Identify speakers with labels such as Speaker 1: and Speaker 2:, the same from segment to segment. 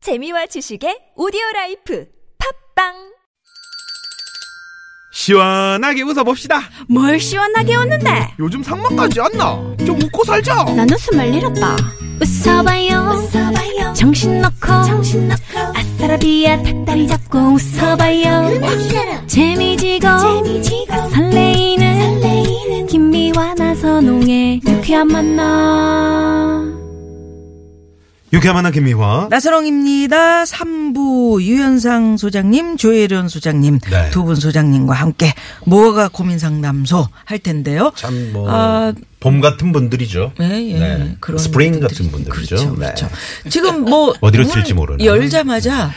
Speaker 1: 재미와 지식의 오디오 라이프 팝빵
Speaker 2: 시원하게 웃어봅시다.
Speaker 3: 뭘 시원하게 웃는데
Speaker 2: 요즘 상만까지 안 나. 좀 웃고 살자.
Speaker 3: 난 웃음을 잃었다 웃어봐요, 정신 놓고 아싸라비아 닭다리 잡고 웃어봐요 재미지고, 설레이는, 김미와 나선홍의 유쾌한 만남
Speaker 2: 유쾌한 만남 김미화.
Speaker 4: 나선홍입니다. 3부 유현상 소장님, 조혜련 소장님
Speaker 2: 네.
Speaker 4: 두 분 소장님과 함께 뭐가 고민 상담소 할 텐데요.
Speaker 2: 참 뭐.
Speaker 4: 아,
Speaker 2: 봄 같은 분들이죠.
Speaker 4: 예, 예.
Speaker 2: 네.
Speaker 4: 그런
Speaker 2: 스프링 같은 분들이죠.
Speaker 4: 분들이죠. 그렇죠.
Speaker 2: 네.
Speaker 4: 그렇죠. 지금 뭐
Speaker 2: 어디로
Speaker 4: 문
Speaker 2: 튈지 모르는.
Speaker 4: 열자마자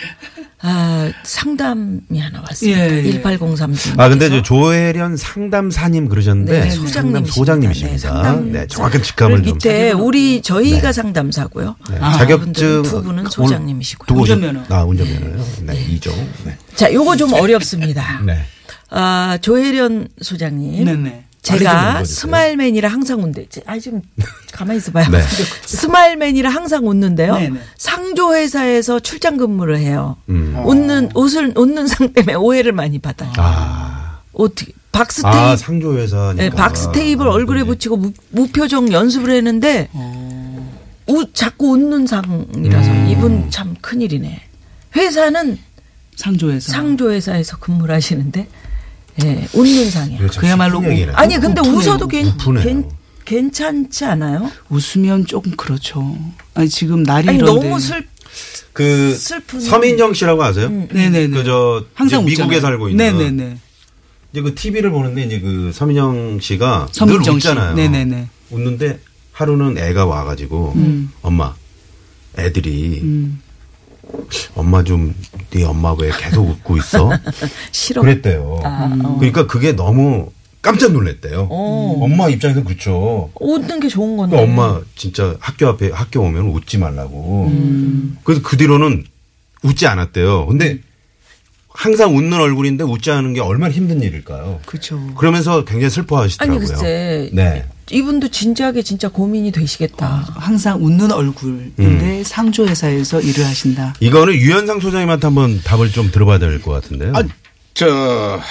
Speaker 4: 아, 상담이 하나 왔습니다.
Speaker 5: 예, 예.
Speaker 4: 1803. 님.
Speaker 2: 아, 근데 저 조혜련 상담사님 그러셨는데.
Speaker 4: 네,
Speaker 2: 상담
Speaker 4: 소장님이십니다.
Speaker 2: 소장님이십니다.
Speaker 4: 네,
Speaker 2: 네,
Speaker 4: 상담-
Speaker 2: 정확한 직감을 좀.
Speaker 4: 그 밑에 우리 저희가 상담사고요.
Speaker 2: 네,
Speaker 4: 아,
Speaker 2: 자격증.
Speaker 4: 그분들은 두 분은
Speaker 2: 오늘
Speaker 4: 소장님이시고요. 예.
Speaker 2: 두고 오셨-
Speaker 5: 운전면허.
Speaker 2: 아, 운전면허요. 네, 이종. 네.
Speaker 4: 자, 요거 좀 어렵습니다.
Speaker 2: 네.
Speaker 4: 아, 조혜련 소장님.
Speaker 5: 네네.
Speaker 2: 빨리 좀
Speaker 4: 제가
Speaker 2: 읽어주세요.
Speaker 4: 스마일맨이라 항상 웃는데, 아, 지금 가만히 있어봐요.
Speaker 2: 네.
Speaker 4: 스마일맨이라 항상 웃는데요.
Speaker 5: 네네.
Speaker 4: 상조회사에서 출장 근무를 해요.
Speaker 2: 음.
Speaker 5: 어.
Speaker 4: 웃는, 옷을, 웃는 상 때문에 오해를 많이 받아요.
Speaker 2: 아.
Speaker 4: 어떻게, 박스테이프,
Speaker 2: 아, 상조회사니까.
Speaker 4: 네, 박스테이프를
Speaker 2: 아,
Speaker 4: 얼굴에
Speaker 2: 그러지.
Speaker 4: 붙이고 무, 무표정 연습을 했는데,
Speaker 5: 어.
Speaker 4: 우, 자꾸 웃는 상이라서
Speaker 2: 음.
Speaker 4: 이분 참 큰일이네. 회사는
Speaker 5: 아. 상조에서.
Speaker 4: 상조회사에서 근무를 하시는데, 예, 웃는 상이에요.
Speaker 2: 이거 참
Speaker 5: 그야말로
Speaker 2: 신기하긴 하네.
Speaker 4: 아니 근데
Speaker 5: 우프네요.
Speaker 4: 웃어도 괜,
Speaker 2: 우프네요.
Speaker 4: 괜 괜찮지 않아요?
Speaker 5: 웃으면 조금 그렇죠. 아니 지금 날이
Speaker 4: 아니
Speaker 5: 이런데.
Speaker 4: 너무 슬
Speaker 2: 그
Speaker 4: 슬픈- 음,
Speaker 2: 서민정 씨라고 아세요?
Speaker 5: 네네네.
Speaker 2: 그저
Speaker 5: 항상
Speaker 2: 이제 미국에
Speaker 5: 웃잖아요.
Speaker 2: 살고 있는
Speaker 5: 네네네.
Speaker 2: 이제 그 TV를 보는데 이제 그 서민영 씨가 늘
Speaker 5: 서민정 씨.
Speaker 2: 웃잖아요.
Speaker 5: 네네네.
Speaker 2: 웃는데 하루는 애가 와가지고 엄마 애들이
Speaker 5: 음.
Speaker 2: 엄마 좀 네 엄마 왜 계속 웃고 있어?
Speaker 4: 싫어.
Speaker 2: 그랬대요.
Speaker 5: 아, 어.
Speaker 2: 그러니까 그게 너무 깜짝 놀랐대요. 엄마 입장에서 그렇죠.
Speaker 4: 웃는 게 좋은 건데.
Speaker 2: 그러니까 엄마 진짜 학교 앞에 학교 오면 웃지 말라고.
Speaker 4: 음.
Speaker 2: 그래서 그 뒤로는 웃지 않았대요. 근데 항상 웃는 얼굴인데 웃지 않은 게 얼마나 힘든 일일까요?
Speaker 5: 그렇죠.
Speaker 2: 그러면서 굉장히 슬퍼하시더라고요.
Speaker 4: 아니 글쎄
Speaker 2: 네.
Speaker 4: 이분도 진지하게 진짜 고민이 되시겠다.
Speaker 5: 아, 항상 웃는
Speaker 2: 음.
Speaker 5: 얼굴인데 상조회사에서 일을 하신다.
Speaker 2: 이거는 유현상 소장님한테 한번 답을 좀 들어봐야 될 것 같은데요.
Speaker 6: 아, 저,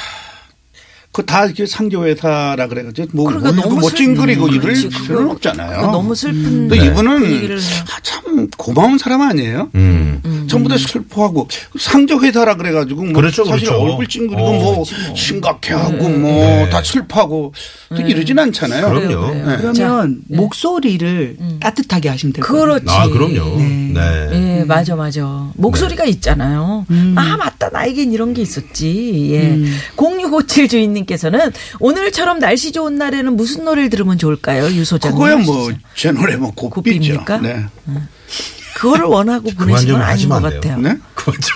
Speaker 6: 그다 상조회사라 그래가지고, 뭐,
Speaker 4: 그러니까
Speaker 6: 울고
Speaker 4: 너무
Speaker 6: 뭐
Speaker 4: 슬-
Speaker 6: 찡그리고 이럴
Speaker 4: 그렇지,
Speaker 6: 필요는
Speaker 4: 그거-
Speaker 6: 없잖아요.
Speaker 4: 그러니까 너무 슬픈.
Speaker 2: 네.
Speaker 4: 그
Speaker 6: 근데 이분은
Speaker 4: 얘기를 해요.
Speaker 6: 아, 참 고마운 사람 아니에요?
Speaker 2: 음.
Speaker 6: 전부 다 슬퍼하고 상조회사라 그래가지고 뭐
Speaker 2: 그렇죠,
Speaker 6: 사실
Speaker 2: 그렇죠.
Speaker 6: 얼굴 찡그리고
Speaker 2: 어, 네.
Speaker 6: 뭐 심각해하고 뭐 다 슬퍼하고 또 이러진 않잖아요.
Speaker 2: 그럼요.
Speaker 4: 음. 네. 그래요,
Speaker 2: 네.
Speaker 5: 그러면 목소리를 따뜻하게 하시면 될것 같아요.
Speaker 4: 음. 그렇지.
Speaker 2: 아, 그럼요. 네.
Speaker 5: 네.
Speaker 4: 예, 맞아, 맞아. 목소리가 있잖아요.
Speaker 6: 음.
Speaker 4: 아, 맞다. 나에겐 이런 게 있었지. 예. 0657 주인님께서는 오늘처럼 날씨 좋은 날에는 무슨 노래를 들으면 좋을까요? 유소장님.
Speaker 6: 그거야 뭐 제 노래 뭐 고삐죠.
Speaker 4: 고삐입니까?
Speaker 6: 네.
Speaker 4: 그거를 원하고 보내신
Speaker 2: 좀
Speaker 4: 건 아닌
Speaker 2: 하시면
Speaker 4: 것
Speaker 2: 안 돼요.
Speaker 4: 같아요.
Speaker 6: 네?
Speaker 2: 그만 좀.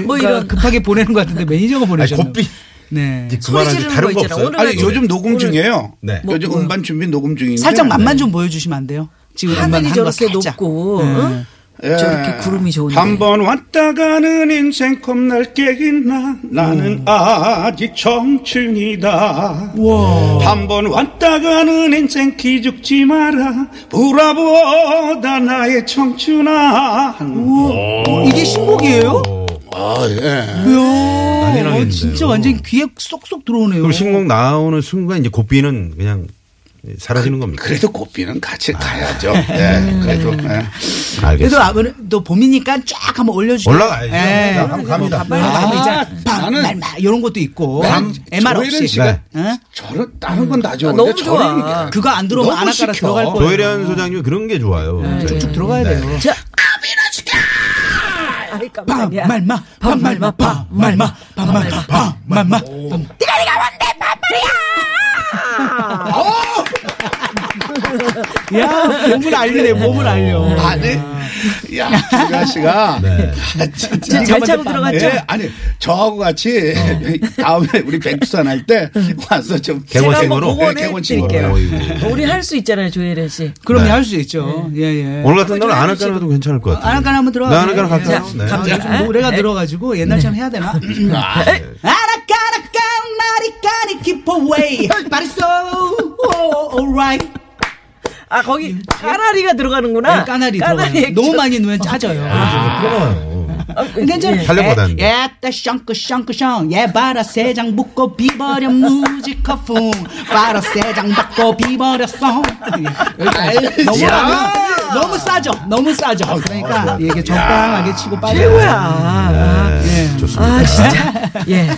Speaker 4: 뭐 이런-
Speaker 5: 급하게 보내는 것 같은데 매니저가
Speaker 2: 아니,
Speaker 5: 보내셨나
Speaker 2: 고삐.
Speaker 5: 네.
Speaker 2: 이제
Speaker 4: 소리
Speaker 2: 그만하지
Speaker 4: 지르는
Speaker 2: 다른
Speaker 4: 거
Speaker 2: 거
Speaker 4: 있잖아.
Speaker 2: 없어요.
Speaker 4: 오늘은- 뭐,
Speaker 6: 아니 요즘 녹음 중이에요.
Speaker 2: 네.
Speaker 6: 요즘 음반 준비 녹음 중인데
Speaker 5: 살짝 맛만 좀 보여주시면 안 돼요? 지금 음반
Speaker 4: 네. 하늘이
Speaker 5: 한거
Speaker 4: 저렇게 어?
Speaker 5: 살짝.
Speaker 4: 높고
Speaker 5: 네.
Speaker 4: 응? 저렇게 구름이 좋은데.
Speaker 6: 예. 한 번 왔다 가는 인생 겁날 깨있나 나는 아직 청춘이다. 한 번 왔다 가는 인생 기죽지 마라. 보라보다 나의 청춘아.
Speaker 5: 어, 이게 신곡이에요?
Speaker 6: 아, 예.
Speaker 5: 이야,
Speaker 2: 난리나겠는데요.
Speaker 5: 어, 진짜 완전 귀에 쏙쏙 들어오네요.
Speaker 2: 그럼 신곡 나오는 순간 이제 고삐는 그냥 사라지는 겁니까?
Speaker 6: 그래도 고삐는 같이
Speaker 5: 아.
Speaker 6: 가야죠.
Speaker 5: 음.
Speaker 6: 예, 그래도. 예.
Speaker 5: 그래도
Speaker 2: 알겠습니다.
Speaker 5: 아무래도 봄이니까 쫙 한번 올려주죠.
Speaker 2: 올라가야죠.
Speaker 5: 예.
Speaker 2: 자, 한번 갑니다.
Speaker 5: 빨리
Speaker 6: 아,
Speaker 5: 가자. 밤,
Speaker 6: 나는-
Speaker 5: 날, 막 이런 것도 있고.
Speaker 6: 난
Speaker 5: 뭐 MR
Speaker 6: 조혜련
Speaker 5: 없이.
Speaker 6: 씨가
Speaker 2: 네.
Speaker 5: 어?
Speaker 6: 저런 다른 건 다
Speaker 4: 너무
Speaker 6: 좋은데
Speaker 4: 좋아.
Speaker 6: 저런
Speaker 5: 그거 안 들어오면
Speaker 6: 너무
Speaker 5: 안아까라
Speaker 6: 시켜.
Speaker 5: 들어갈 거예요. 네.
Speaker 2: 조혜련 소장님 그런 게 좋아요. 네.
Speaker 5: 쭉쭉 들어가야 돼요.
Speaker 4: 자. 아이, 깜짝이야.
Speaker 5: 밤말마, 밤말마, 밤말마, 밤말마, 밤말마. 야, 몸을 알리네, 몸을 알려.
Speaker 6: 아니, 야, 주가 씨가.
Speaker 5: 네.
Speaker 6: 아, 진짜.
Speaker 4: 잘 차고 들어갔죠?
Speaker 6: 예, 아니, 저하고 같이 다음에 우리 백두산 할 때 와서 좀.
Speaker 2: 갱원생으로?
Speaker 6: 제가 한번
Speaker 2: 네,
Speaker 6: 갱원생으로. 예,
Speaker 4: 갱원생으로.
Speaker 2: 어이구.
Speaker 4: 우리 할 수 있잖아요, 조혜련 씨.
Speaker 5: 그럼요, 할 수 있죠. 예, 예.
Speaker 2: 오늘 같은 날은 안할까라도 괜찮을 것 같아요.
Speaker 5: 안할까나 한번 들어가.
Speaker 2: 네, 안할까나 갈까요?
Speaker 4: 자,
Speaker 2: 네.
Speaker 4: 갑니다.
Speaker 5: 요즘 뭐 노래가 들어가지고 옛날처럼 해야 되나? 아라까라까 나리까리 keep away. 바리소, alright.
Speaker 4: 아 거기 까나리가 들어가는구나.
Speaker 5: 네, 까나리 들어가요.
Speaker 4: 액젓.
Speaker 5: 너무 많이 넣으면 짜져요. 아,
Speaker 2: 아, 들어가요.
Speaker 4: 아,
Speaker 5: 괜찮아요.
Speaker 4: 예.
Speaker 2: 달려받았는데.
Speaker 5: 예따 샹크 샹크 샹. 예 바라 세장 묶고 비버려 무지커 풍. 바라 세장 묶고 비버렸어.
Speaker 6: 아이,
Speaker 5: 너무
Speaker 6: 야.
Speaker 5: 하면 너무 싸죠. 너무 싸죠. 그러니까 이게 적당하게 치고 빨리.
Speaker 4: 최고야.
Speaker 5: 예.
Speaker 2: 네, 좋습니다.
Speaker 4: 아 진짜. 예.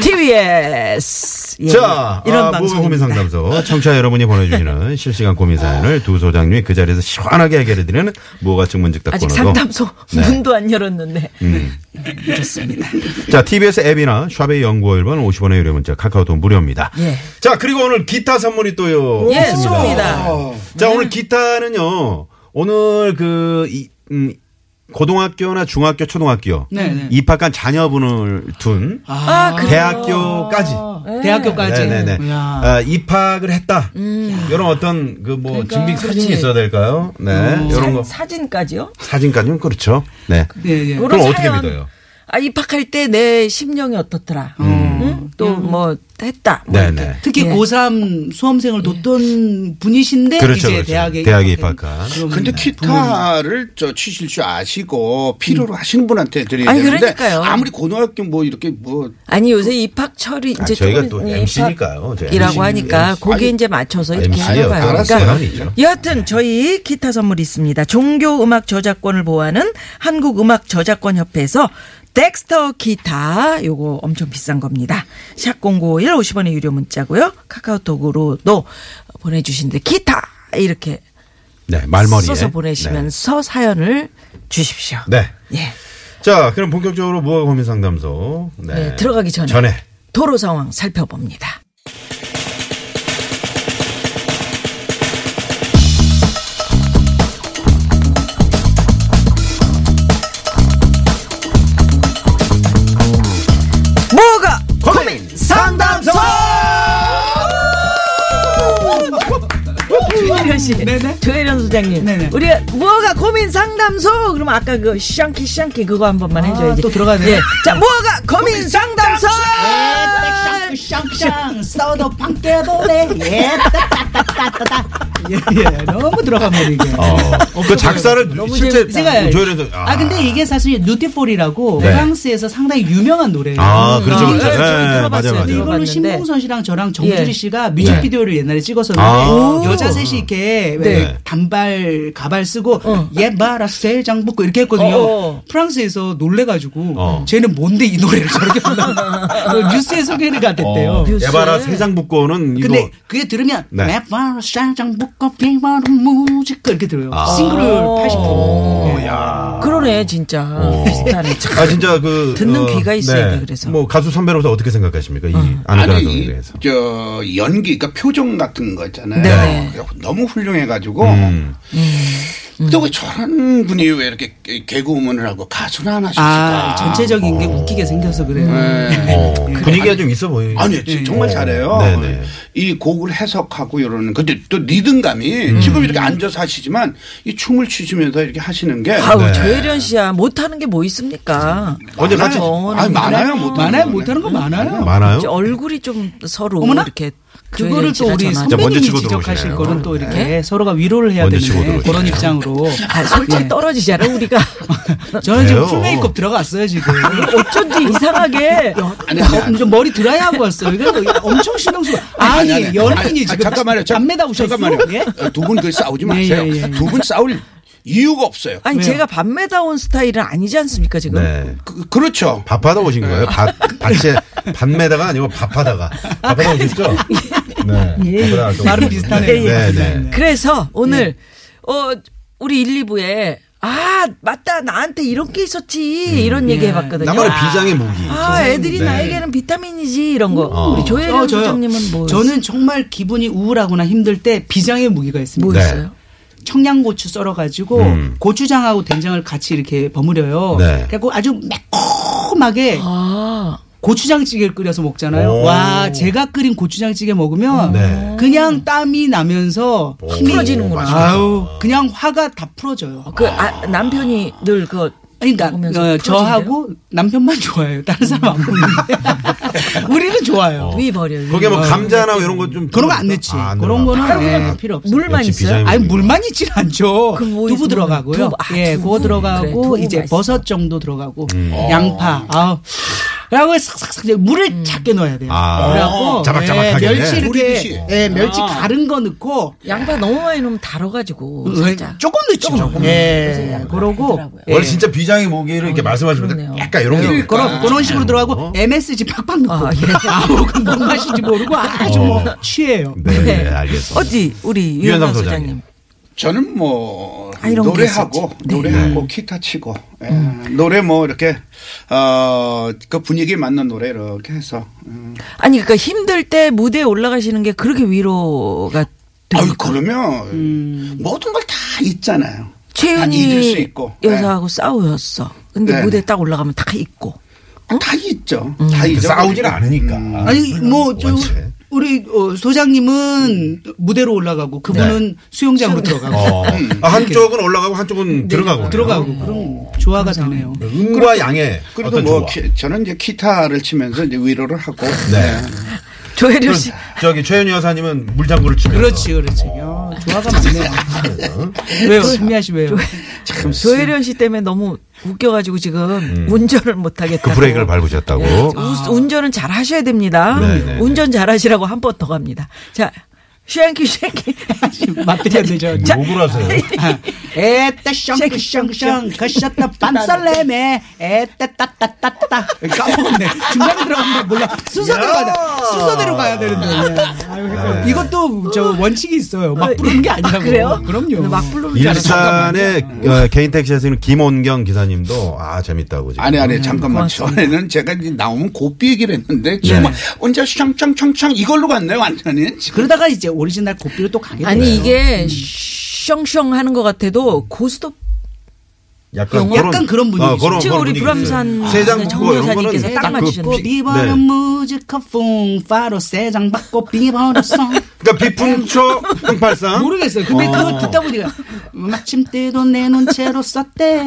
Speaker 4: TBS. 예.
Speaker 2: 자,
Speaker 4: 이런
Speaker 2: 아,
Speaker 4: 방송.
Speaker 2: 모범 고민 상담소 청취자 여러분이 보내주시는 실시간 고민 사연을 두 소장님이 그 자리에서 시원하게 해결해드리는 무가증 문즉답
Speaker 4: 아직
Speaker 2: 코너도
Speaker 4: 상담소 문도 안 열었는데.
Speaker 2: 음. 자, TBS 앱이나 샵의 연구 1번 50원의 유료 문자 카카오톡 무료입니다.
Speaker 4: 예.
Speaker 2: 자, 그리고 오늘 기타 선물이 또요.
Speaker 4: 예,
Speaker 2: 있습니다. 어.
Speaker 4: 쏩니다.
Speaker 2: 자, 오늘 기타는요. 오늘 그 이, 음, 고등학교나 중학교, 초등학교
Speaker 5: 네, 네.
Speaker 2: 입학한 자녀분을 둔
Speaker 4: 아,
Speaker 2: 네.
Speaker 4: 그래요?
Speaker 2: 대학교까지
Speaker 5: 대학교까지.
Speaker 2: 네네네.
Speaker 5: 예. 야.
Speaker 2: 아, 입학을 했다. 이런 어떤 그 뭐 증빙 사진이 있어야 될까요? 네. 이런 거.
Speaker 4: 사, 사진까지요?
Speaker 2: 사진까지는 그렇죠. 네.
Speaker 5: 예, 예.
Speaker 4: 요런
Speaker 2: 그럼 어떻게 믿어요?
Speaker 4: 아 입학할 때 내 심령이 어떻더라. 또 뭐 했다. 뭐
Speaker 2: 네네.
Speaker 4: 이렇게.
Speaker 5: 특히
Speaker 4: 예.
Speaker 5: 고3 수험생을 뒀던 분이신데
Speaker 2: 그렇죠,
Speaker 5: 이제
Speaker 2: 그렇죠.
Speaker 5: 대학에
Speaker 2: 대학에
Speaker 5: 입학한
Speaker 2: 입학한.
Speaker 5: 그런
Speaker 6: 근데
Speaker 5: 분이네.
Speaker 6: 기타를 저 치실 줄 아시고 필요로 하시는 분한테 드려야
Speaker 4: 아니,
Speaker 6: 되는데
Speaker 4: 그러니까요.
Speaker 6: 아무리 고등학교 뭐 이렇게 뭐
Speaker 4: 아니 요새 입학 철이 이제
Speaker 2: 아, 저희가
Speaker 4: 조금
Speaker 2: 또
Speaker 4: 입학
Speaker 2: MC니까요. 저희 예, MC.
Speaker 4: 이라고 하니까
Speaker 2: MC.
Speaker 4: 거기에
Speaker 6: 아니,
Speaker 4: 이제 맞춰서 이렇게
Speaker 2: MC 요.
Speaker 4: 하나 봐요.
Speaker 2: 알았어요.
Speaker 4: 그러니까
Speaker 2: 아니죠.
Speaker 4: 여하튼 저희 기타 선물이 있습니다. 종교 음악 저작권을 보호하는 한국 음악 저작권 협회에서 덱스터 기타 요거 엄청 비싼 겁니다. 샵 공고일 50원의 유료 문자고요. 카카오톡으로도 보내 주신데 기타 이렇게
Speaker 2: 네, 말머리에.
Speaker 4: 써서 보내시면서 사연을 주십시오.
Speaker 2: 네. 네.
Speaker 4: 예.
Speaker 2: 자, 그럼 본격적으로 무허 고민 상담소. 네.
Speaker 4: 네, 들어가기 전에.
Speaker 2: 전에.
Speaker 4: 도로 상황 살펴봅니다. 뭐가 고민 상담소! 조혜련 씨,
Speaker 5: 네네.
Speaker 4: 조혜련 소장님,
Speaker 5: 네네.
Speaker 4: 우리가 뭐가 고민 상담소? 그러면 아까 그 샹키 샹키 그거 한 번만 해줘야지.
Speaker 5: 아, 또 들어가네.
Speaker 4: 예. 자, 뭐가 고민 상담소!
Speaker 5: 예, 쌍쌍쌍 써도 방깨보네 예, 예따따따따따 예예 너무 들어가면 이게
Speaker 2: 어. 그 작사를 실제 어,
Speaker 5: 제가
Speaker 2: 조연에서
Speaker 5: 아, 근데 이게 사실 누티폴이라고
Speaker 2: 네.
Speaker 5: 프랑스에서 상당히 유명한 노래예요.
Speaker 2: 아, 그렇죠,
Speaker 5: 어,
Speaker 2: 그렇죠.
Speaker 5: 예,
Speaker 2: 네,
Speaker 5: 저
Speaker 2: 맞아요,
Speaker 5: 들어봤어요.
Speaker 2: 맞아요.
Speaker 5: 근데 이걸로
Speaker 4: 들어봤는데.
Speaker 5: 신봉선 씨랑 저랑 정주리
Speaker 4: 예.
Speaker 5: 씨가 뮤직비디오를 옛날에 찍었었는데
Speaker 2: 아.
Speaker 5: 여자 셋이 이렇게
Speaker 4: 네.
Speaker 5: 왜 단발 가발 쓰고 예바라 세장 묶고 이렇게 했거든요.
Speaker 4: 어.
Speaker 5: 프랑스에서 놀래가지고
Speaker 2: 어.
Speaker 5: 쟤는 뭔데 이 노래를 저렇게 불렀나 뉴스에 소개를 가됐대요.
Speaker 2: 어, 에바라 세장 묶고는 이거.
Speaker 5: 근데 그게 들으면
Speaker 2: 네.
Speaker 5: 레바로 쌍장 묶어 비바로 무지크 이렇게 들어요.
Speaker 2: 아.
Speaker 5: 싱글 80%. 예.
Speaker 4: 그러네, 진짜. 비슷하네. 참.
Speaker 2: 아 진짜 그
Speaker 4: 듣는 귀가 있어야 돼, 그래서.
Speaker 2: 뭐 가수 선배로서 어떻게 생각하십니까 이 아나가나
Speaker 6: 아니 이-
Speaker 2: 동에 대해서
Speaker 6: 저 연기 그러니까 표정 같은 거 있잖아요.
Speaker 4: 네.
Speaker 6: 너무 훌륭해가지고
Speaker 2: 음.
Speaker 6: 또 왜 저런 분이 왜 이렇게 개- 개그우먼을 하고 가수나 하나 싶을까?
Speaker 5: 아, 전체적인 게 웃기게 생겨서 그래요.
Speaker 6: 네.
Speaker 2: 어, 분위기가 좀 있어 보이.
Speaker 6: 아니 지- 정말 잘해요.
Speaker 2: 예, 네네.
Speaker 6: 이 곡을 해석하고 이러는 근데 또 리듬감이 지금 이렇게 앉아서 하시지만 이 춤을 추시면서 이렇게 하시는 게 네.
Speaker 4: 아우, 조혜련 씨야. 못하는 게 뭐 있습니까?
Speaker 2: 네. 언제 같이
Speaker 6: 아니, 많아요 못하는
Speaker 5: 많아요,
Speaker 6: 거는.
Speaker 5: 못하는 거 많아요.
Speaker 2: 많아요?
Speaker 4: 이제 얼굴이 어. 좀 서로
Speaker 5: 어머나?
Speaker 4: 이렇게. 조혜련
Speaker 5: 그거를 또
Speaker 4: 씨가 전화-
Speaker 5: 우리
Speaker 2: 자, 먼저
Speaker 5: 선배님이
Speaker 2: 치고
Speaker 5: 지적하실
Speaker 2: 들어오시네요.
Speaker 5: 거는 또 이렇게
Speaker 4: 네.
Speaker 5: 서로가 위로를 해야
Speaker 2: 먼저 치고
Speaker 5: 되는데
Speaker 2: 들어오시네요.
Speaker 5: 그런 입장으로 예.
Speaker 4: 아, 솔직히 떨어지잖아, 우리가.
Speaker 5: 저는 지금
Speaker 2: 그래요?
Speaker 5: 풀 메이크업 들어갔어요 지금.
Speaker 4: 어쩐지 이상하게.
Speaker 5: 아니, 저, 저 머리 드라이하고 왔어요. 이거 엄청 신경 쓰고. 아니, 연예인이
Speaker 6: 아,
Speaker 5: 지금
Speaker 6: 잠깐만요. 잠-
Speaker 5: 담배다 오셨어.
Speaker 6: 잠깐만요.
Speaker 5: 예?
Speaker 6: 두 분 그 싸우지
Speaker 5: 네,
Speaker 6: 마세요.
Speaker 5: 예, 예, 예.
Speaker 6: 두 분 싸울 이유가 없어요.
Speaker 4: 아니, 제가 밤메다운 스타일은 아니지 않습니까, 지금?
Speaker 2: 네.
Speaker 6: 그, 그렇죠.
Speaker 2: 밥하다 오신 거예요? 밥 밭에 밤매다가 아니고 밥하다가 밥하다 오셨죠? 네. 밥하다가 좀
Speaker 5: 말은
Speaker 2: 오셨는데.
Speaker 5: 비슷하네요.
Speaker 2: 네, 네.
Speaker 4: 그래서 오늘
Speaker 5: 예.
Speaker 4: 어 우리 1, 2부에 아 맞다 나한테 이런 게 있었지
Speaker 5: 예.
Speaker 4: 이런 얘기 해봤거든요.
Speaker 2: 음, 나만의 비장의 무기.
Speaker 4: 아 애들이
Speaker 2: 네.
Speaker 4: 나에게는 비타민이지 이런 거.
Speaker 2: 어.
Speaker 4: 우리 조혜련
Speaker 5: 어, 저요.
Speaker 4: 소장님은 뭐
Speaker 5: 저는 정말 기분이 우울하거나 힘들 때 비장의 무기가 있습니다.
Speaker 4: 뭐
Speaker 2: 네.
Speaker 4: 있어요?
Speaker 5: 청양고추 썰어가지고
Speaker 2: 음.
Speaker 5: 고추장하고 된장을 같이 이렇게 버무려요.
Speaker 2: 네.
Speaker 5: 그래갖고 아주 매콤하게
Speaker 4: 아
Speaker 5: 고추장찌개를 끓여서 먹잖아요.
Speaker 2: 오.
Speaker 5: 와, 제가 끓인 고추장찌개 먹으면
Speaker 2: 네.
Speaker 5: 그냥 땀이 나면서
Speaker 2: 오,
Speaker 4: 풀어지는구나.
Speaker 2: 맛있겠다.
Speaker 5: 아우 그냥 화가 다 풀어져요.
Speaker 4: 그 아, 남편이 늘 그
Speaker 5: 그러니까
Speaker 4: 먹으면서
Speaker 5: 어,
Speaker 4: 풀어진대요?
Speaker 5: 저하고 남편만 좋아해요. 다른 사람 안 보는데 우리는 좋아요.
Speaker 4: 위 버려. 위
Speaker 2: 거기에 뭐
Speaker 4: 버려.
Speaker 2: 감자나 이런 것 좀 아,
Speaker 5: 그런 거 안 넣지. 그런 거는 예, 필요 없어.
Speaker 4: 물만
Speaker 2: 역시
Speaker 4: 있어요?
Speaker 2: 비자인
Speaker 5: 아니
Speaker 2: 분이구나.
Speaker 5: 물만 있진 않죠.
Speaker 4: 그럼 뭐
Speaker 5: 두부
Speaker 4: 있으면
Speaker 5: 들어가고요.
Speaker 4: 두부, 아,
Speaker 5: 예,
Speaker 4: 두부.
Speaker 5: 그거 들어가고
Speaker 4: 그래, 두부
Speaker 5: 이제
Speaker 4: 맛있어.
Speaker 5: 버섯 정도 들어가고 양파. 아우. 그리고 싹싹싹 이제 물을
Speaker 4: 음.
Speaker 5: 작게 넣어야 돼요.
Speaker 2: 아.
Speaker 5: 그래갖고
Speaker 2: 자박자박하게.
Speaker 5: 예, 멸치
Speaker 6: 우리듯이.
Speaker 5: 이렇게 예, 멸치
Speaker 4: 아.
Speaker 5: 가른 거 넣고
Speaker 4: 양파 너무 많이 넣으면 달아가지고
Speaker 5: 왜-
Speaker 4: 음, 살짝. 음,
Speaker 5: 조금 넣죠. 예. 그러고 예.
Speaker 2: 원래 진짜 비장의 모기를 이렇게 말씀하시는데
Speaker 4: 그러네요.
Speaker 2: 약간 이런 게
Speaker 5: 그런 그런 식으로 들어가고
Speaker 2: 어?
Speaker 5: MSG 팍팍 넣고
Speaker 4: 아,
Speaker 5: 아,
Speaker 4: 예.
Speaker 5: 무그뭔 맛인지 모르고 아주 뭐
Speaker 2: 어.
Speaker 5: 취해요.
Speaker 2: 네, 네, 알겠습니다.
Speaker 4: 어디 우리
Speaker 2: 유현상
Speaker 4: 유현상
Speaker 2: 소장님.
Speaker 4: 소장님.
Speaker 6: 저는 뭐
Speaker 4: 아, 이런 게
Speaker 6: 노래하고
Speaker 4: 있었지. 네.
Speaker 6: 노래하고 기타 치고 예, 노래 뭐 이렇게 어그 분위기 에 맞는 노래 이렇게 해서 음.
Speaker 4: 아니 그러니까 힘들 때 무대에 올라가시는 게 그렇게 위로가 되니
Speaker 6: 아유 그러면
Speaker 4: 음.
Speaker 6: 모든 걸 다 있잖아요. 다 잊을 수
Speaker 4: 최윤이
Speaker 6: 있고 예.
Speaker 4: 여자하고 싸우였어. 근데
Speaker 6: 네.
Speaker 4: 무대 에딱 올라가면 다 있고. 어?
Speaker 6: 다 있죠.
Speaker 4: 음.
Speaker 6: 음. 다
Speaker 2: 그
Speaker 6: 잊어.
Speaker 2: 싸우진 않으니까.
Speaker 5: 아니 뭐 저
Speaker 2: 원체.
Speaker 5: 우리 어, 소장님은 무대로 올라가고 그분은 음. 네. 수영장으로 들어가고
Speaker 2: 어. 아, 한쪽은 올라가고 한쪽은 들어가고.
Speaker 5: 들어가고 그러니까. 그럼 조화가 되네요.
Speaker 2: 음과 양의
Speaker 6: 그리고
Speaker 2: 어떤
Speaker 6: 뭐
Speaker 2: 조화.
Speaker 6: 키- 저는 이제 기타를 치면서 이제 위로를 하고
Speaker 2: 네.
Speaker 6: 예.
Speaker 4: 조혜련 씨.
Speaker 2: 저기 최현희 여사님은 물장구를 치면서 어?
Speaker 5: 그렇지 그렇지. 야, 조화가 많네요. 왜요? 신미하시 왜요?
Speaker 6: 참
Speaker 4: 조혜련 씨 때문에 너무 웃겨가지고 지금 운전을 못하겠다고.
Speaker 2: 음. 그 브레이크를 밟으셨다고.
Speaker 4: 우- 운전은 잘 하셔야 됩니다.
Speaker 2: 네, 네,
Speaker 4: 운전 잘 하시라고 한 번 더 갑니다. 자, 쉐앙키 쉐앙키.
Speaker 5: 맞들이 안 되죠. 자, 아,
Speaker 2: 욕을 하세요.
Speaker 5: 에따 샹크샹크샹 가셨다 반살레메 에따 따따따따 까먹었네 중간에 들어간다 몰라 순서대로 가야 돼. 순서대로 가야 되는데 예. 아유, 헷갈려. 이것도 저 원칙이 있어요 막 부르는 게 아니라고
Speaker 4: 그래요?
Speaker 5: 그럼요 네,
Speaker 4: 막 부르는 줄 알았어.
Speaker 2: 일산의 어, 개인 택시에서는 김원경 기사님도 아 재밌다고 지금.
Speaker 6: 아니 아니 잠깐만
Speaker 4: 음, 고맙습니다.
Speaker 6: 전에는 제가 이제 나오면 고삐 얘기를
Speaker 2: 네.
Speaker 6: 했는데 정말 언제 샹샹샹샹 이걸로 갔네요 완전히 지금
Speaker 5: 그러다가 이제 오리지널 고삐로 또 가게 돼요
Speaker 4: 아니 이게 음. 숑숑 하는 것 같아도 고스톱
Speaker 2: 약간
Speaker 5: 약간 그런 분위기죠.
Speaker 2: 아,
Speaker 4: 지금 우리 브람산
Speaker 2: 세장
Speaker 4: 정모 여사님께서 딱
Speaker 2: 그,
Speaker 4: 맞추셨는데.
Speaker 2: 비-
Speaker 5: 비버는
Speaker 2: 네.
Speaker 5: 무지카 풍 파로 세장 받고 비버렸어
Speaker 2: 그러니까 비풍초 흑팔상
Speaker 5: 모르겠어요 근데 그거 듣다 보니까 마침대도 내놓은 채로 썼대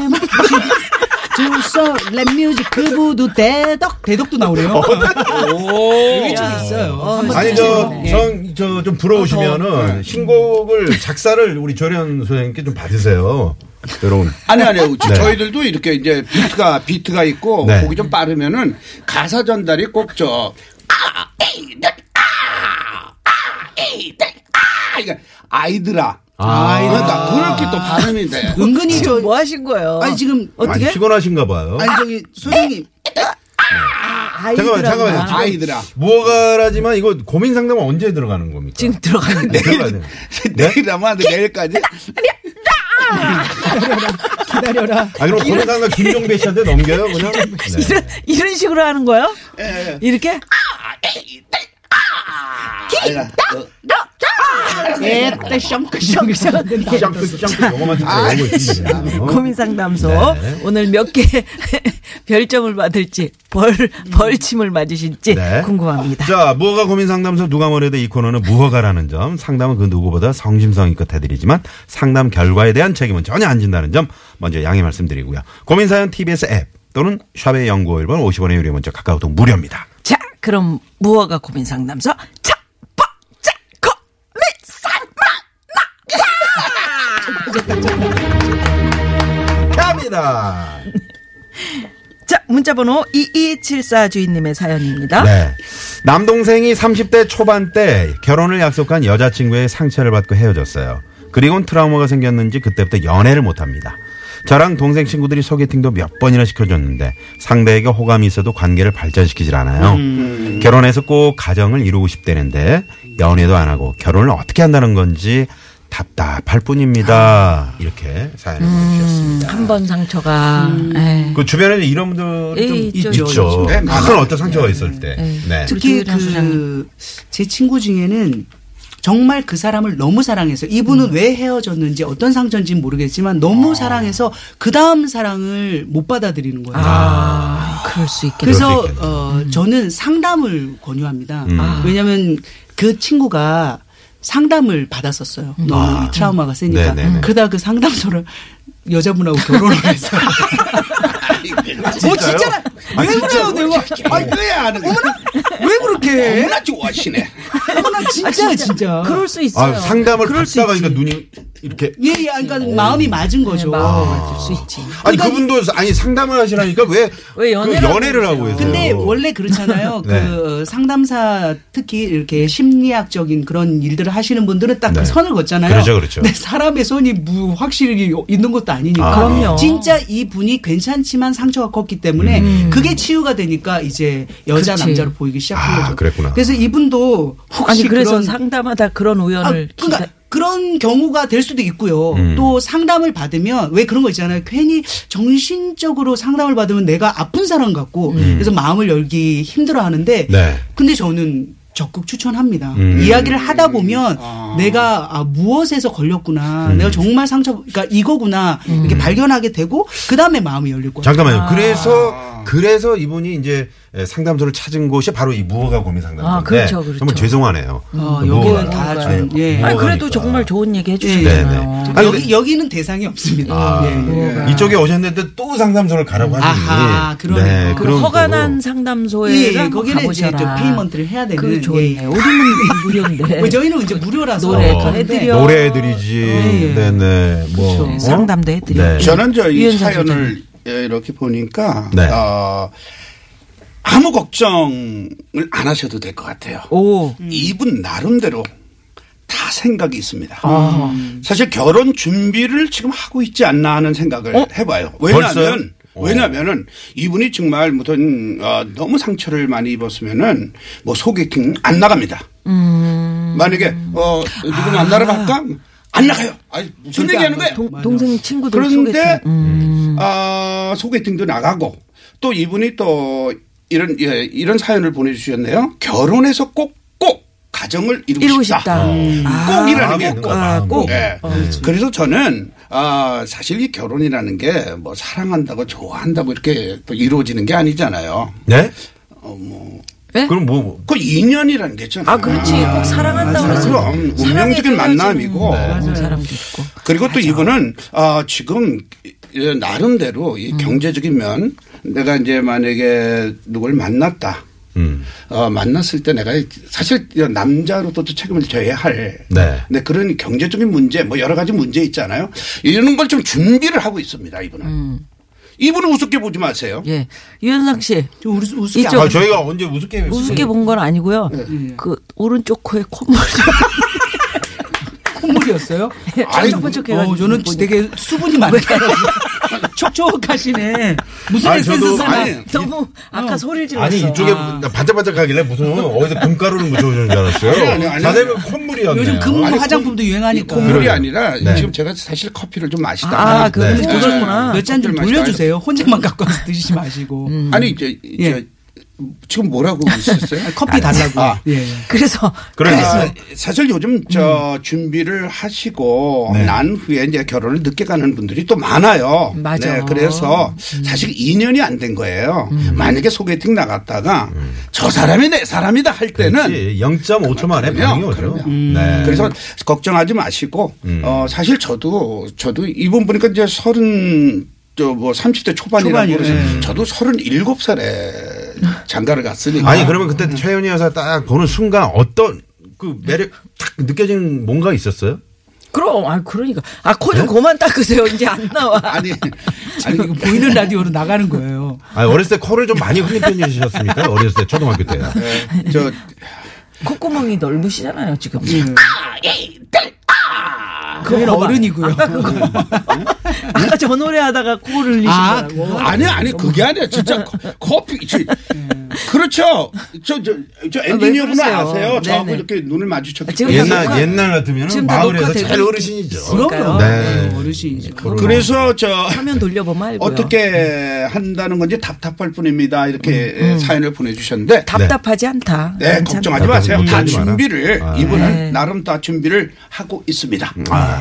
Speaker 5: 주소 랩뮤직 그부도 대덕 대덕도 나오네요 여기 좀 있어요 한번
Speaker 2: 아니
Speaker 5: 들어보세요. 예.
Speaker 2: 저저좀 부러우시면은 신곡을 작사를 우리 조련 소장님께 좀 받으세요. 여러분.
Speaker 6: 아니 아니요 저-
Speaker 2: 네.
Speaker 6: 저희들도 이렇게 이제 비트가 비트가 있고
Speaker 2: 네.
Speaker 6: 곡이 좀 빠르면은 가사 전달이 꼭저 아, 에이, 넷, 아, 아, 에이, 넷, 아, 이게 아이들아
Speaker 2: 아.
Speaker 6: 그러니까 그렇게 또 발음이 돼
Speaker 5: 은근히 저
Speaker 4: 뭐 하신 거예요?
Speaker 5: 아니 지금
Speaker 4: 어떻게?
Speaker 2: 많이 피곤하신가 봐요.
Speaker 5: 아니 저기 소장님
Speaker 2: 잠깐만 잠깐만. 지금
Speaker 6: 아이들아
Speaker 2: 무허가라지만 이거 고민 상담은 언제 들어가는 겁니까? 네,
Speaker 4: 지금 들어가는
Speaker 2: 내일 네?
Speaker 6: 내일 아마 내일까지
Speaker 5: 기다려라
Speaker 2: 아 그럼 고민 상담 김종배 씨한테 넘겨요 그냥. 네.
Speaker 4: 이런, 이런 식으로 하는 거예요? 이렇게?
Speaker 5: 에따 샹크샹크샹
Speaker 2: 점프 점프 요거만 좀 알고 있습니다.
Speaker 4: 네. 고민 상담소
Speaker 2: 네.
Speaker 4: 오늘 몇 개 별점을 받을지 벌 벌침을 맞으실지
Speaker 2: 네.
Speaker 4: 궁금합니다.
Speaker 2: 자, 무허가 고민 상담소 누가 뭐래도 이 코너는 무허가라는 점, 상담은 그 누구보다 성심성의껏 해드리지만 상담 결과에 대한 책임은 전혀 안 진다는 점 먼저 양해 말씀드리고요. 고민 사연 TBS 앱 또는 샵의 연구 1번 50원의 유료 문자 카카오톡 무료입니다.
Speaker 4: 자, 그럼 무허가 고민 상담소 첫 번째 고민 상담
Speaker 2: 갑니다.
Speaker 4: 자, 문자번호 2274 주인님의 사연입니다.
Speaker 2: 네. 남동생이 30대 초반 때 결혼을 약속한 여자친구의 상처를 받고 헤어졌어요. 그리고는 트라우마가 생겼는지 그때부터 연애를 못합니다. 저랑 동생 친구들이 소개팅도 몇 번이나 시켜줬는데 상대에게 호감이 있어도 관계를 발전시키질 않아요. 결혼해서 꼭 가정을 이루고 싶다는데 연애도 안 하고 결혼을 어떻게 한다는 건지 답답할 뿐입니다. 이렇게 사연을 보내주셨습니다.
Speaker 4: 한 번 상처가 예. 에.
Speaker 2: 그 주변에 이런 분들이 좀
Speaker 4: 에이,
Speaker 2: 있죠.
Speaker 4: 있죠, 있죠.
Speaker 6: 네,
Speaker 2: 큰 어떤 상처가 있을 때. 네.
Speaker 5: 특히
Speaker 4: 조혜련
Speaker 5: 그 제 친구 중에는 정말 그 사람을 너무 사랑해서 이분은 왜 헤어졌는지 어떤 상처인지 는 모르겠지만 너무 사랑해서 그 다음 사랑을 못 받아들이는 거예요.
Speaker 4: 아, 그럴 수 있겠네.
Speaker 5: 그래서
Speaker 2: 그럴 수 있겠네요.
Speaker 5: 어, 저는 상담을 권유합니다. 왜냐하면 그 친구가 상담을 받았었어요. 너무 이 트라우마가 세니까.
Speaker 2: 네네네.
Speaker 5: 그러다 그 상담소를 여자분하고 결혼을 해서. 어, 진짜라.
Speaker 2: 아,
Speaker 5: 왜 그래요, 내가.
Speaker 6: 아이
Speaker 5: 아니,
Speaker 6: 왜 하는 거야?
Speaker 5: 왜 그렇게 해?
Speaker 6: 얼마나 좋아하시네.
Speaker 5: 어머나, 진짜, 진짜.
Speaker 4: 그럴 수 있어요.
Speaker 2: 아, 상담을 받다가 그러니까 눈이 이렇게
Speaker 5: 예, 예, 그러니까 마음이 맞은 거죠.
Speaker 4: 마음을 맞을 수 있지.
Speaker 2: 아니
Speaker 5: 그러니까
Speaker 2: 그분도 아니 상담을 하시라니까 왜,
Speaker 4: 왜 연애를
Speaker 2: 그 연애를 하고 계세요?
Speaker 5: 네. 근데 원래 그렇잖아요.
Speaker 2: 네.
Speaker 5: 그 상담사 특히 이렇게 심리학적인 그런 일들을 하시는 분들은 딱
Speaker 2: 네.
Speaker 5: 그 선을 걷잖아요.
Speaker 2: 그렇죠, 그렇죠.
Speaker 5: 근데 사람의 손이 무 확실히 있는 것도 아니니까.
Speaker 2: 아,
Speaker 4: 그럼요.
Speaker 5: 진짜 이 분이 괜찮지만 상처가 컸기 때문에
Speaker 2: 음.
Speaker 5: 그게 치유가 되니까 이제 여자
Speaker 4: 그렇지.
Speaker 5: 남자로 보이기 시작한
Speaker 2: 아,
Speaker 5: 거죠.
Speaker 2: 그랬구나.
Speaker 5: 그래서 이분도 혹시
Speaker 4: 아니 그래서
Speaker 5: 그런
Speaker 4: 상담하다 그런
Speaker 5: 아,
Speaker 4: 우연을
Speaker 5: 그러니까 그런 경우가 될 수도 있고요.
Speaker 2: 음.
Speaker 5: 또 상담을 받으면 왜 그런 거 있잖아요. 괜히 정신적으로 상담을 받으면 내가 아픈 사람 같고 그래서 마음을 열기 힘들어 하는데
Speaker 2: 네.
Speaker 5: 근데 저는 적극 추천합니다.
Speaker 2: 음.
Speaker 5: 이야기를 하다 보면 내가 아, 무엇에서 걸렸구나.
Speaker 2: 음.
Speaker 5: 내가 정말 상처 그러니까 이거구나. 이렇게
Speaker 4: 음.
Speaker 5: 발견하게 되고 그다음에 마음이 열릴 거예요.
Speaker 2: 잠깐만요.
Speaker 4: 아.
Speaker 2: 그래서 그래서 이분이 이제 에, 상담소를 찾은 곳이 바로 이 무허가 고민 상담소인데
Speaker 4: 아, 그렇죠, 아, 그렇죠.
Speaker 2: 정말 죄송하네요. 그
Speaker 5: 어, 여기는 다
Speaker 2: 무허가라.
Speaker 5: 좀,
Speaker 2: 네,
Speaker 5: 예.
Speaker 4: 기다. 아니 그래도
Speaker 2: 무허가니까.
Speaker 4: 정말 좋은 얘기
Speaker 2: 네, 네.
Speaker 4: 해주시잖아요.
Speaker 2: 아니,
Speaker 5: 여기
Speaker 2: 근데-
Speaker 5: 여기는 대상이 없습니다.
Speaker 2: 아,
Speaker 5: 예.
Speaker 4: 네.
Speaker 2: 이쪽에 오셨는데 또 상담소를 가라고 하니
Speaker 5: 아하, 그러네요.
Speaker 4: 그
Speaker 2: 그런
Speaker 4: 허가난
Speaker 2: 거로.
Speaker 4: 상담소에
Speaker 5: 예,
Speaker 4: 한번
Speaker 5: 거기는 이제
Speaker 4: 가보셔라.
Speaker 5: 저 페이먼트를 해야 되는
Speaker 4: 그 좋네.
Speaker 5: 예.
Speaker 4: 우리는 무료인데.
Speaker 5: 왜 네. 저희는 이제 무료라서 네.
Speaker 4: 노래
Speaker 2: 어.
Speaker 4: 더 해드려. 예,
Speaker 2: 노래해드리지. 네네. 뭐
Speaker 4: 그렇죠. 상담도 해드려.
Speaker 2: 네.
Speaker 6: 저는 저희
Speaker 4: 유엔
Speaker 6: 사연을 예, 이렇게 보니까
Speaker 2: 네.
Speaker 6: 어, 아무 걱정을 안 하셔도 될 것 같아요.
Speaker 4: 오.
Speaker 6: 음. 이분 나름대로 다 생각이 있습니다. 사실 결혼 준비를 지금 하고 있지 않나 하는 생각을 해봐요.
Speaker 2: 벌써요?
Speaker 6: 왜냐하면
Speaker 2: 오.
Speaker 6: 왜냐면은 이분이 정말 무슨 어, 너무 상처를 많이 입었으면은 뭐 소개팅 안 나갑니다. 만약에 어 누구 만나러 갈까? 안 나가요. 아니 무슨
Speaker 5: 절대
Speaker 6: 얘기하는
Speaker 5: 안
Speaker 6: 거야?
Speaker 4: 뭐 동, 동생 친구들
Speaker 6: 네. 그런데
Speaker 4: 소개팅. 음.
Speaker 6: 아, 소개팅도 나가고 또 이분이 또 이런 예, 이런 사연을 보내주셨네요. 결혼해서 꼭 꼭 가정을 이루고,
Speaker 4: 이루고 싶다. 어, 그렇죠. 음.
Speaker 6: 꼭이라는 게
Speaker 2: 마음이
Speaker 6: 꼭.
Speaker 2: 아, 꼭.
Speaker 6: 예. 그래서 저는 아, 사실 이 결혼이라는 게 뭐 사랑한다고 좋아한다고 이렇게 또 이루어지는 게 아니잖아요.
Speaker 2: 네?
Speaker 6: 어,
Speaker 4: 네?
Speaker 2: 그럼 뭐
Speaker 6: 그 인연이라는 게 있잖아요.
Speaker 4: 아 그렇지. 꼭 사랑한다고
Speaker 6: 아,
Speaker 4: 해서
Speaker 6: 그럼 운명적인 만남이고
Speaker 4: 맞아요. 사람도 있고.
Speaker 6: 그리고 또 이분은 아 지금 이- 나름대로
Speaker 5: 음.
Speaker 6: 이 경제적인 면 내가 이제 만약에 누굴 만났다.
Speaker 2: 음.
Speaker 6: 어, 만났을 때 내가 사실 남자로도 또 책임을 져야 할.
Speaker 2: 네.
Speaker 6: 네, 그런 경제적인 문제, 뭐 여러 가지 문제 있잖아요. 이런 걸 좀 준비를 하고 있습니다, 이분은.
Speaker 5: 음.
Speaker 6: 이분은 우습게 보지 마세요.
Speaker 4: 예. 유현상 씨.
Speaker 5: 좀 우스, 우습게
Speaker 4: 이쪽-
Speaker 2: 아,
Speaker 5: 안-
Speaker 2: 저희가 언제 우습게
Speaker 4: 우습게 본 건 아니고요. 그 오른쪽 코에 콧물이
Speaker 5: 콧물이었어요?
Speaker 4: 번쩍번쩍해가지고
Speaker 5: 어, 저는
Speaker 4: 네, 보니까.
Speaker 5: 되게 수분이 많더라고요. 촉촉하시네. 무슨
Speaker 2: 아니,
Speaker 5: 에센스
Speaker 2: 저도-
Speaker 5: 쓰나?
Speaker 6: 아니,
Speaker 4: 너무 아까 소리를 질렀어.
Speaker 2: 아니 이쪽에 반짝반짝 하길래 무슨 어디서 금가루를 묻혀오는 줄 알았어요.
Speaker 6: 아니, 아니.
Speaker 2: 자세히 보면 콧물이었네요.
Speaker 5: 요즘 금
Speaker 6: 아니,
Speaker 5: 뭐 화장품도 유행하니까.
Speaker 6: 콧물이
Speaker 2: 그래요.
Speaker 6: 아니라
Speaker 2: 네.
Speaker 6: 지금 제가 사실 커피를 좀 마시다가
Speaker 4: 아, 그
Speaker 2: 네.
Speaker 4: 네. 그거구나.
Speaker 5: 몇 잔 좀
Speaker 6: 커피를 마시다가
Speaker 5: 돌려주세요. 혼자만 갖고 와서 드시지 마시고.
Speaker 6: 아니 이제
Speaker 5: 예.
Speaker 6: 이제 지금 뭐라고 그러셨어요?
Speaker 5: 아, 커피 달라고.
Speaker 6: 아.
Speaker 5: 예.
Speaker 4: 그래서
Speaker 2: 그래서
Speaker 6: 아, 사실 요즘 저 준비를 하시고
Speaker 2: 네.
Speaker 6: 난 후에 이제 결혼을 늦게 가는 분들이 또 많아요. 네,
Speaker 4: 맞아.
Speaker 6: 그래서 사실 인연이 안 된 거예요. 만약에 소개팅 나갔다가 저 사람이 내 사람이다 할 때는
Speaker 2: 음. 그렇지. 0.5초 만에
Speaker 6: 그럼요,
Speaker 2: 반응이 오죠.
Speaker 6: 그럼요.
Speaker 2: 네. 음.
Speaker 6: 그래서 걱정하지 마시고 어 사실 저도 저도 이번 보니까 이제 서른 저뭐 30대 초반이라고
Speaker 5: 초반이요,
Speaker 6: 그래서
Speaker 5: 예.
Speaker 6: 저도 37살에 장가를
Speaker 4: 음.
Speaker 6: 갔으니까
Speaker 2: 아니 그러면 그때 최윤희 여사 딱 보는 순간 어떤 그 매력 탁 느껴진 뭔가 있었어요?
Speaker 4: 그럼 아 그러니까 아 코
Speaker 6: 네?
Speaker 4: 좀 그만 닦으세요. 이제 안 나와.
Speaker 6: 아니 어,
Speaker 5: 아니, 이거 보이는 라디오로 나가는 거예요.
Speaker 2: 아니 어렸을 때 코를 좀 많이 흘린 편이셨습니까? 어렸을 때 초등학교 때요.
Speaker 6: 저
Speaker 4: 콧구멍이 넓으시잖아요 지금. 음.
Speaker 5: 아, 그건
Speaker 4: 거봐.
Speaker 5: 어른이고요.
Speaker 4: 아까 그거 아까 저 노래하다가 코를
Speaker 5: 아,
Speaker 4: 흘리시더라고.
Speaker 6: 아니 아니 그게 아니라 진짜 커- 커피 저, 그렇죠 저 저 저 엔지니어분
Speaker 4: 아, 그러세요?
Speaker 6: 아세요 저하고
Speaker 4: 네네.
Speaker 6: 이렇게 눈을 마주쳤기
Speaker 4: 아, 지금
Speaker 6: 때문에
Speaker 2: 옛날
Speaker 4: 녹화-
Speaker 2: 옛날 같으면
Speaker 4: 지금 다
Speaker 2: 마을에서
Speaker 4: 녹화되고
Speaker 2: 제일
Speaker 4: 있-
Speaker 2: 어르신이죠.
Speaker 5: 그럼요.
Speaker 2: 네.
Speaker 5: 네, 어르신이죠.
Speaker 6: 그래서 저
Speaker 4: 화면 돌려보면 알고요.
Speaker 6: 어떻게 한다는 건지 답답할 뿐입니다 이렇게 사연을 보내주셨는데
Speaker 4: 음, 답답하지 않다.
Speaker 6: 네
Speaker 4: 괜찮다.
Speaker 6: 걱정하지 마세요 다
Speaker 2: 걱정하지 마라.
Speaker 6: 준비를
Speaker 2: 아. 음,
Speaker 6: 이분은
Speaker 4: 네.
Speaker 6: 나름 다 준비를 하고 있습니다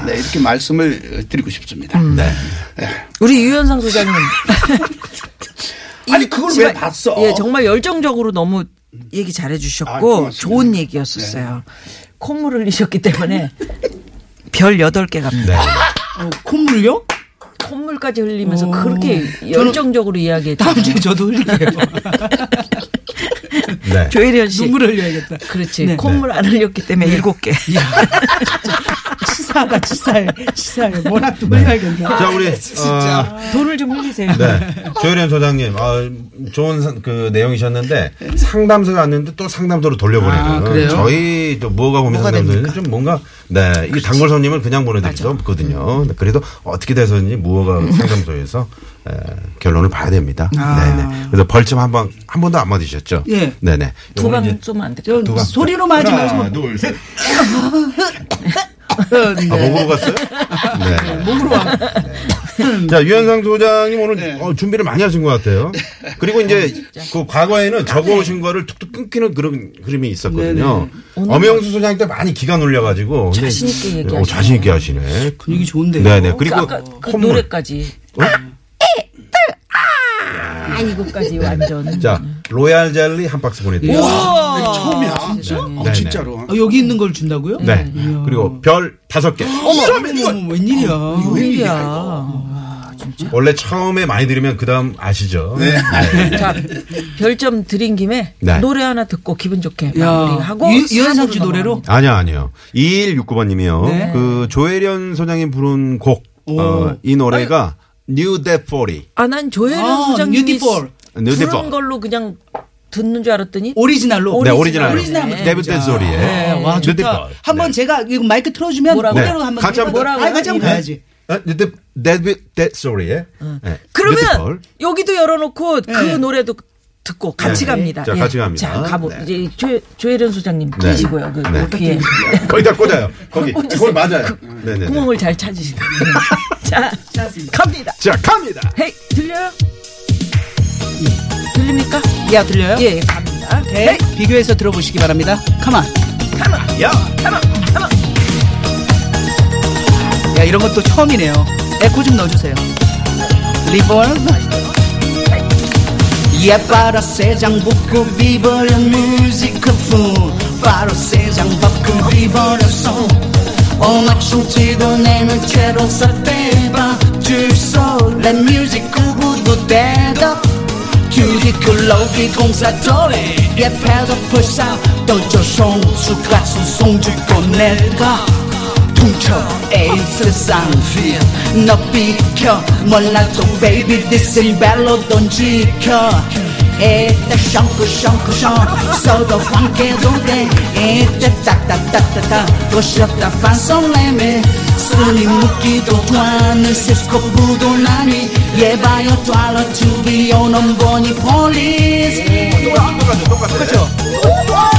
Speaker 6: 네 이렇게 말씀을 드리고 싶습니다
Speaker 4: 음.
Speaker 2: 네.
Speaker 4: 우리 유현상 소장님.
Speaker 6: 아니 그걸 왜
Speaker 4: 정말-
Speaker 6: 봤어
Speaker 4: 예, 정말 열정적으로 너무 얘기
Speaker 6: 아,
Speaker 4: 잘해주셨고
Speaker 6: 고맙습니다.
Speaker 4: 좋은 얘기였었어요. 콧물 흘리셨기 때문에 별 여덟 개 갑니다.
Speaker 2: 네.
Speaker 5: 어, 콧물요?
Speaker 4: 콧물까지 흘리면서
Speaker 5: 오.
Speaker 4: 그렇게
Speaker 5: 저는
Speaker 4: 열정적으로 이야기했죠.
Speaker 5: 다음 주에 저도 흘릴게요.
Speaker 2: 네.
Speaker 4: 조혜련 씨.
Speaker 5: 눈물을 흘려야겠다.
Speaker 4: 그렇지.
Speaker 5: 네.
Speaker 4: 콧물 안 흘렸기 때문에 일곱 개.
Speaker 5: 그 치사하다, 치사해. 치사해. 워낙 또 흘려야겠네.
Speaker 2: 자 우리 어,
Speaker 4: 돈을 좀 흘리세요.
Speaker 2: 네. 조혜련 소장님, 아, 좋은 사- 그 내용이셨는데 상담소가 왔는데 또 상담소로 돌려보내고
Speaker 5: 아, 그래요?
Speaker 2: 저희 또 뭐가 고민
Speaker 5: 뭐가
Speaker 2: 상담소는
Speaker 5: 됩니까?
Speaker 2: 좀 뭔가 네, 이 단골 손님을 그냥 보내드릴 수 없거든요. 네, 그래도 어떻게 돼서인지 무허가
Speaker 5: 음.
Speaker 2: 상담소에서 에, 결론을 봐야 됩니다. 네네. 그래서 벌침 한 번 한 번도 안 맞으셨죠?
Speaker 5: 아. 예.
Speaker 2: 네네.
Speaker 4: 두
Speaker 2: 요거는
Speaker 4: 방
Speaker 2: 이제-
Speaker 4: 쏘면 안 될까요?
Speaker 5: 저
Speaker 2: 방.
Speaker 5: 소리로 하지
Speaker 2: 하나,
Speaker 5: 말고.
Speaker 2: 둘, 셋.
Speaker 5: 어,
Speaker 2: 아,
Speaker 5: 네.
Speaker 2: 목으로 갔어요? 네.
Speaker 5: 목으로 와.
Speaker 2: 자, 유현상 소장님 오늘
Speaker 6: 네.
Speaker 2: 어, 준비를 많이 하신 것 같아요.
Speaker 4: 네.
Speaker 2: 그리고 이제 그
Speaker 4: 아,
Speaker 2: 과거에는 적어오신 거를 툭툭 끊기는 그런 그림이 있었거든요. 엄영수 소장님도 많이 기가 눌려가지고. 근데-
Speaker 4: 네, 자신 있게 얘기하시네요.
Speaker 2: 어, 자신 있게 하시네.
Speaker 5: 분위기 좋은데요.
Speaker 2: 네네. 그리고
Speaker 4: 아까 그
Speaker 2: 콧물.
Speaker 4: 노래까지.
Speaker 2: 어?
Speaker 4: 아, 이거까지 완전.
Speaker 2: 자, 로얄 젤리 한 박스 보내드릴게요.
Speaker 5: 네,
Speaker 6: 이게 처음이야.
Speaker 4: 아,
Speaker 6: 어,
Speaker 2: 네네.
Speaker 6: 진짜로.
Speaker 5: 어, 여기 있는 걸 준다고요?
Speaker 2: 네. 그리고 별 다섯 개.
Speaker 5: 어머, 어머, 웬일이야.
Speaker 4: 웬일이야.
Speaker 2: 원래 처음에 많이 들으면 그 다음 아시죠?
Speaker 4: 네. 자, 별점 드린 김에
Speaker 2: 네.
Speaker 4: 노래 하나 듣고 기분 좋게
Speaker 5: 야.
Speaker 4: 마무리하고.
Speaker 5: 유- 유현상 씨
Speaker 4: 사부로
Speaker 5: 노래로?
Speaker 4: 넘어갑니다.
Speaker 2: 아니요, 아니요. 2169번 님이요.
Speaker 5: 네.
Speaker 2: 그 조혜련 소장님 부른 곡, 어, 이 노래가 New Dead 40.
Speaker 4: 아, 난 조혜련
Speaker 5: 아,
Speaker 4: 소장님이
Speaker 5: 뉴티폴.
Speaker 2: 뉴티폴.
Speaker 4: 부른 걸로 그냥 듣는 줄 알았더니
Speaker 5: 오리지널로.
Speaker 2: 네, 오리지널.
Speaker 5: 오리지널.
Speaker 2: 데뷔 댄 소리에.
Speaker 5: 네, 와,
Speaker 2: 뉴
Speaker 5: 좋다. 한번 제가 이거 마이크 틀어주면
Speaker 4: 뭐라고?
Speaker 5: 그대로
Speaker 2: 네.
Speaker 5: 한번
Speaker 2: 같이 한번 네. 어,
Speaker 5: 해봐요. 아니, 같이 한번 가야지.
Speaker 2: 데뷔 댄 소리에. 네, 뉴티폴.
Speaker 4: 그러면 여기도 열어놓고
Speaker 5: 네.
Speaker 4: 그 노래도 듣고 같이
Speaker 2: 네.
Speaker 4: 갑니다.
Speaker 2: 자,
Speaker 4: 예.
Speaker 2: 같이 갑니다.
Speaker 4: 자, 가보.
Speaker 2: 네.
Speaker 4: 이제 조, 조혜련 소장님
Speaker 2: 네.
Speaker 4: 계시고요. 그
Speaker 2: 네.
Speaker 4: 뒤에
Speaker 2: 거기다 꽂아요. 거기. 그걸 맞아요. 네네.
Speaker 4: 구멍을 잘 찾으시고. 자, 갑니다.
Speaker 2: 자, 갑니다.
Speaker 4: 헤이, 들려요? 들립니까?
Speaker 5: 야, 들려요?
Speaker 4: 예, 예, 갑니다.
Speaker 5: 오케이.
Speaker 2: 네.
Speaker 5: 비교해서 들어보시기 바랍니다. 가만.
Speaker 2: 야.
Speaker 5: 야, 이런 것도 처음이네요. 에코 좀 넣어주세요. 리볼브. 예, 바로 세장 볶음 비버려 뮤지컬 푸 바로 세장 볶음 비버렸어 오막 숨지도 내는 채로서 빼봐 줄소 랩 뮤직 구구도 대답 뒤리 클로기 공사 도래 예, 패도 불사 또저 송수 가수 송주고 내가 퉁쳐 에이 세상 너 비켜 몰라도 baby this is bello 돈 지켜 에따 샹크 샹크 샹 써도 황깨도 돼 에따 따따따따따 도시럽다 반성레메 손이 묶기도 하는 시스코부도 나니 예봐요 달러 to be on on 보니 police
Speaker 2: 똑같아요. 똑같아요.
Speaker 5: 그렇죠